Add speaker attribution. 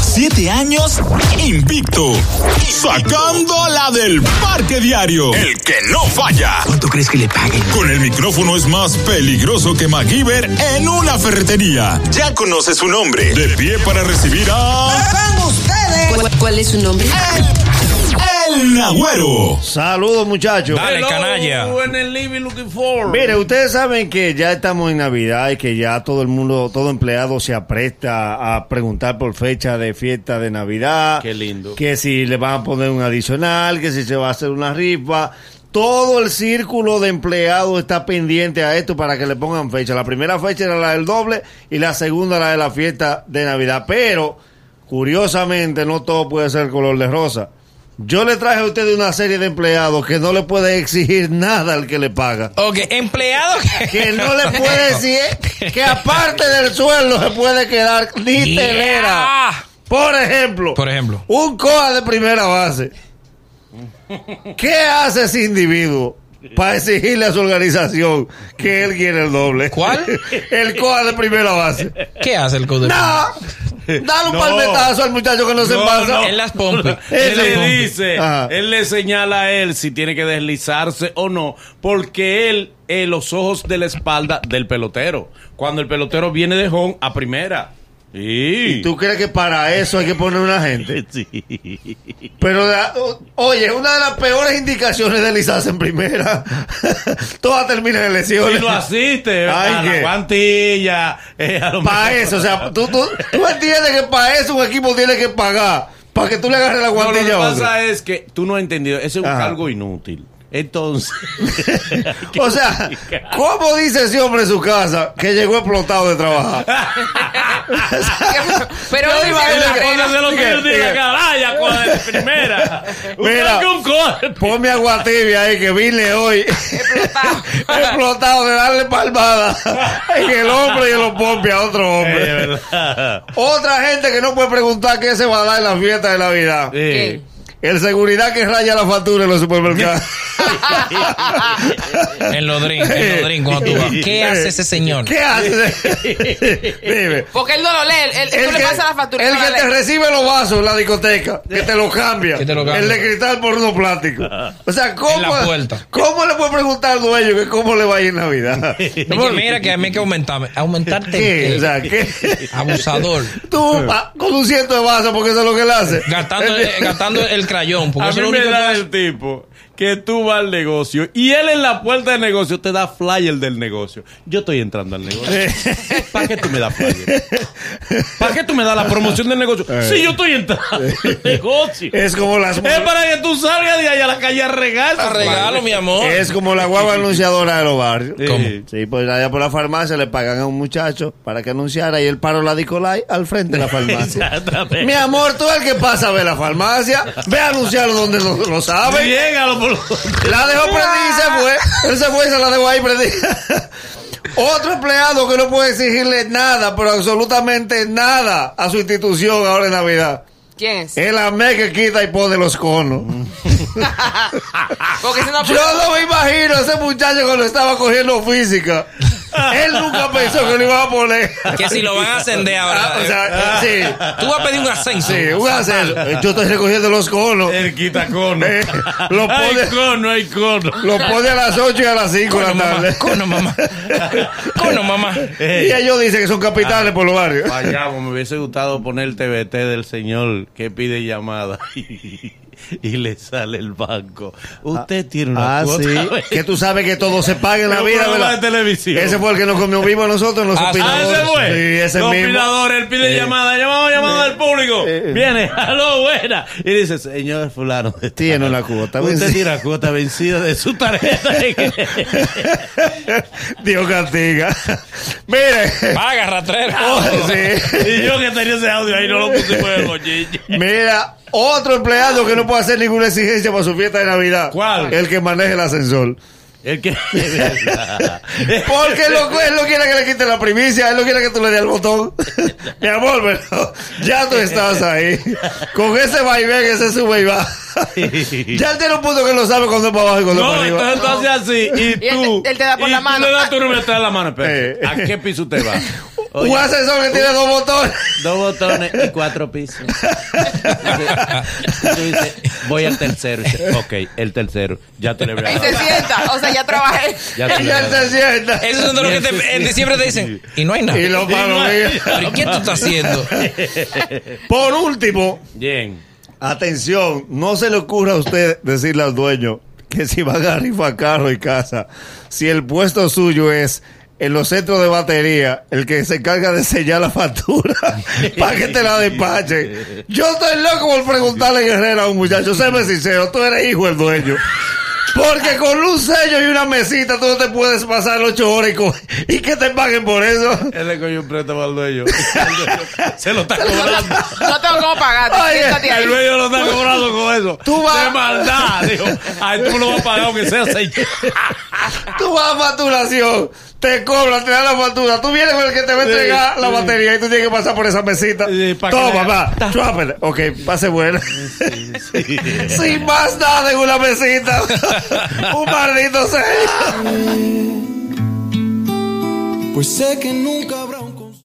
Speaker 1: siete años invicto, sacándola del parque diario. El que no falla.
Speaker 2: ¿Cuánto crees que le paguen?
Speaker 1: Con el micrófono es más peligroso que MacGyver en una ferretería. Ya conoce su nombre. De pie para recibir a...
Speaker 3: ¿Cuál, cuál es su nombre?
Speaker 1: El Nagüero.
Speaker 4: Saludos muchachos.
Speaker 5: Dale, Ah, canalla.
Speaker 6: En el living looking for.
Speaker 4: Mire, ustedes saben que ya estamos en Navidad y que ya todo el mundo, todo empleado se apresta a preguntar por fecha de fiesta de Navidad.
Speaker 6: Qué lindo.
Speaker 4: Que si le van a poner un adicional, que si se va a hacer una rifa. Todo el círculo de empleados está pendiente a esto para que le pongan fecha. La primera fecha era la del doble y la segunda la de la fiesta de Navidad. Pero, curiosamente, no todo puede ser color de rosa. Yo le traje a ustedes una serie de empleados que no le puede exigir nada al que le paga.
Speaker 5: Ok, empleado que...
Speaker 4: que no le puede decir que aparte del sueldo se puede quedar ni
Speaker 5: Yeah.
Speaker 4: telera. Por ejemplo,
Speaker 5: Por ejemplo.
Speaker 4: un coa de primera base. ¿Qué hace ese individuo para exigirle a su organización que él quiere el doble?
Speaker 5: ¿Cuál?
Speaker 4: El coa de primera base.
Speaker 5: ¿Qué hace el code?
Speaker 4: ¡No! Dale un
Speaker 6: No.
Speaker 4: palmetazo al muchacho que no, se
Speaker 6: No,
Speaker 4: pasa.
Speaker 6: no.
Speaker 5: Él las pompe.
Speaker 4: Ese
Speaker 6: Él
Speaker 5: Él las
Speaker 6: le
Speaker 5: pompe.
Speaker 6: dice,
Speaker 4: Ajá.
Speaker 6: él le señala a él si tiene que deslizarse o no, porque él, eh, los ojos de la espalda del pelotero. Cuando el pelotero viene de home a primera. Sí.
Speaker 4: ¿Y tú crees que para eso hay que poner una gente? Pero, la- o- oye, una de las peores indicaciones de deslizarse en primera. Todas terminan en
Speaker 6: Si
Speaker 4: lesiones.
Speaker 6: lo asiste
Speaker 4: Ay,
Speaker 6: a
Speaker 4: ¿qué?
Speaker 6: la guantilla. eh, a lo
Speaker 4: Para
Speaker 6: mejor.
Speaker 4: eso, o sea, tú, tú, tú entiendes que para eso un equipo tiene que pagar. Para que tú le agarres la
Speaker 6: No, lo que
Speaker 4: guantilla a otro.
Speaker 6: pasa es que tú no has entendido. Ese es un
Speaker 4: Ajá.
Speaker 6: cargo inútil. Entonces,
Speaker 4: O sea, ¿cómo dice ese hombre en su casa que llegó explotado de trabajar?
Speaker 3: Pero
Speaker 4: Yo
Speaker 3: él
Speaker 4: iba a
Speaker 3: dice
Speaker 4: ir
Speaker 3: que
Speaker 4: a
Speaker 3: la
Speaker 4: poner
Speaker 3: regla-
Speaker 6: pónganse los
Speaker 4: Sigue,
Speaker 6: tiros de
Speaker 4: sigue.
Speaker 6: la canalla con la primera. Un
Speaker 4: Mira.
Speaker 6: cargo, un corte.
Speaker 4: Ponme agua tibia ahí que vine hoy.
Speaker 3: Explotado.
Speaker 4: Explotado de darle palmada en el hombre y en los pompes a otro
Speaker 6: Eh,
Speaker 4: hombre.
Speaker 6: ¿verdad?
Speaker 4: Otra gente que no puede preguntar qué se va a dar en la fiesta de Navidad.
Speaker 6: Eh,
Speaker 4: El seguridad que raya la factura en los supermercados.
Speaker 5: En los drinks, en los drinks, cuando tú vas. ¿Qué hace ese señor?
Speaker 4: ¿Qué hace? Dime.
Speaker 3: Porque él no lo lee. Él, él- tú
Speaker 4: El
Speaker 3: le
Speaker 4: que,
Speaker 3: pasas la factura. y
Speaker 4: el
Speaker 3: no
Speaker 4: que
Speaker 3: la
Speaker 4: te
Speaker 3: lee.
Speaker 4: recibe los vasos en la discoteca, que te los cambia,
Speaker 5: Que te lo cambia. Ah.
Speaker 4: el de cristal por uno plástico. O sea, ¿cómo,
Speaker 5: En la puerta.
Speaker 4: ¿cómo le puedo preguntar al dueño que cómo le va a ir en Navidad?
Speaker 5: Oye, mira que a mí hay que aumentarme. Aumentarte.
Speaker 4: ¿Qué?
Speaker 5: el-
Speaker 4: O sea, ¿qué?
Speaker 5: Abusador.
Speaker 4: Tú pa- con un ciento de vasos porque eso es lo que él hace.
Speaker 5: Gastando, eh, gastando el crayón. Porque
Speaker 6: A
Speaker 5: eso es
Speaker 6: mí
Speaker 5: lo
Speaker 6: me
Speaker 5: único que
Speaker 6: da
Speaker 5: hace.
Speaker 6: el tipo que tú vas al negocio y él en la puerta del negocio te da flyer del negocio. Yo estoy entrando al negocio. ¿Para qué tú me das flyer? ¿Para qué tú me das la promoción del negocio?
Speaker 5: Eh.
Speaker 6: Sí, yo estoy entrando al negocio.
Speaker 4: Es como las
Speaker 6: Es para que tú salgas de ahí a la calle a regar.
Speaker 5: A regalo, mi amor.
Speaker 6: Eh,
Speaker 4: Es como la guagua anunciadora de los barrios.
Speaker 6: Sí.
Speaker 5: ¿Cómo?
Speaker 4: Sí, pues allá por la farmacia le pagan a un muchacho para que anunciara y él paró la Dicolay al frente de la farmacia.
Speaker 6: Exactamente.
Speaker 4: Mi amor, tú el que pasa ve la farmacia, ve a anunciarlo donde lo, lo sabe.
Speaker 6: Llégalo por los-
Speaker 4: La dejó prendida y se
Speaker 6: Ah.
Speaker 4: fue. Él se fue y se la dejó ahí prendida. Otro empleado que no puede exigirle nada, pero absolutamente nada a su institución ahora en Navidad.
Speaker 3: ¿Quién es?
Speaker 4: El AME que quita y pone los conos.
Speaker 3: Porque si no.
Speaker 4: Ah, Yo no me imagino a ese muchacho cuando estaba cogiendo física. Él nunca pensó que lo iba a poner.
Speaker 5: Que si lo van a ascender ahora.
Speaker 4: Ah, o sea, eh,
Speaker 5: Tú vas a pedir un ascenso.
Speaker 4: sí, sí, un ascenso. Yo estoy recogiendo los conos.
Speaker 6: El quita cono.
Speaker 4: Eh, lo
Speaker 6: Hay
Speaker 4: pone-
Speaker 6: cono, hay cono.
Speaker 4: Lo pone a las 8 y a las 5 de
Speaker 5: Cono,
Speaker 4: la
Speaker 5: mamá.
Speaker 4: tarde.
Speaker 5: Cono, mamá. Cono, mamá.
Speaker 4: Y ellos dicen que son capitales por los barrios.
Speaker 6: Vayamos, pues, me hubiese gustado poner el TBT del señor que pide llamada y, le sale el banco. Usted tiene una
Speaker 4: Ah,
Speaker 6: cuota.
Speaker 4: sí. Que tú sabes que todo se paga en la
Speaker 6: Un
Speaker 4: vida,
Speaker 6: programa
Speaker 4: ¿verdad?
Speaker 6: de televisión.
Speaker 4: Ese fue el que nos comió vivo a nosotros, los
Speaker 5: Ah, sí.
Speaker 6: Ah,
Speaker 4: opinadores.
Speaker 6: ese fue.
Speaker 4: Sí, ese
Speaker 6: Los
Speaker 4: mismo. Eh,
Speaker 6: opinadores, él pide llamada, llamamos llamada al público. Viene, aló, buena. Y dice, señor fulano. de tal,
Speaker 4: Tiene una cuota pues.
Speaker 6: Usted
Speaker 4: vencida.
Speaker 6: tiene una cuota vencida de su tarjeta.
Speaker 4: Dios castiga. Mire.
Speaker 5: Paga, ratera.
Speaker 4: sí.
Speaker 6: y yo que tenía ese audio ahí no lo puse por el bolsillo.
Speaker 4: Mira, otro empleado que no puede hacer ninguna exigencia para su fiesta de Navidad.
Speaker 6: ¿Cuál?
Speaker 4: El que maneje el ascensor.
Speaker 6: El que...
Speaker 4: Porque loco, él no quiere que le quite la primicia, él no quiere que tú le des el botón. Mi amor, pero ya tú estás ahí. Con ese vaivén, ese sube y va. ya tiene un punto que lo sabe cuando es para abajo y cuando es
Speaker 6: No,
Speaker 4: para arriba.
Speaker 6: entonces tú haces así y
Speaker 3: Y él
Speaker 6: tú.
Speaker 3: te- él te da por
Speaker 6: y
Speaker 3: la
Speaker 6: tú
Speaker 3: mano.
Speaker 6: le das tu número, te da la mano. espérate.
Speaker 4: Eh.
Speaker 6: ¿A qué piso usted va? Oye.
Speaker 4: Un ascensor que tiene dos botones.
Speaker 6: Dos botones y cuatro pisos. Y tú dices, voy al tercero. Y dices, ok, el tercero. Ya te le voy a
Speaker 3: Y
Speaker 6: dar.
Speaker 3: se sienta. O sea, ya trabajé.
Speaker 6: Ya te
Speaker 4: Y
Speaker 6: le voy a
Speaker 4: ya se
Speaker 6: dar.
Speaker 4: sienta.
Speaker 5: Eso es lo que te- en diciembre te dicen. Y no hay nada.
Speaker 4: Y lo palomilla.
Speaker 5: ¿Pero ¿y qué tú estás haciendo?
Speaker 4: Por último,
Speaker 6: Bien.
Speaker 4: atención, no se le ocurra a usted decirle al dueño que si van a rifar carro y casa, si el puesto suyo es en los centros de batería, el que se encarga de sellar la factura para que te la despache. Yo estoy loco por preguntarle en Herrera a un muchacho, séme sincero, tú eres hijo del dueño. Porque con un sello y una mesita tú no te puedes pasar ocho horas y, co- y que te paguen por eso.
Speaker 6: Él le cogió un préstamo al dueño. Se lo está cobrando.
Speaker 3: No tengo cómo pagarte.
Speaker 4: Oye,
Speaker 3: Siéntate
Speaker 6: El
Speaker 3: ahí.
Speaker 6: dueño lo está cobrando con eso.
Speaker 4: Tú vas-
Speaker 6: De maldad. Dijo, ay, tú lo vas a pagar aunque sea seis.
Speaker 4: Tú vas a facturación, te cobran, te dan la factura, tú vienes con el que te va a entregar
Speaker 6: Sí,
Speaker 4: la
Speaker 6: sí.
Speaker 4: batería y tú tienes que pasar por esa mesita.
Speaker 6: Sí, pa' que
Speaker 4: Toma,
Speaker 6: le-
Speaker 4: va, chúpale. Ok, pase buena. Sin más nada en una mesita. Un maldito sello.
Speaker 2: Pues sé que nunca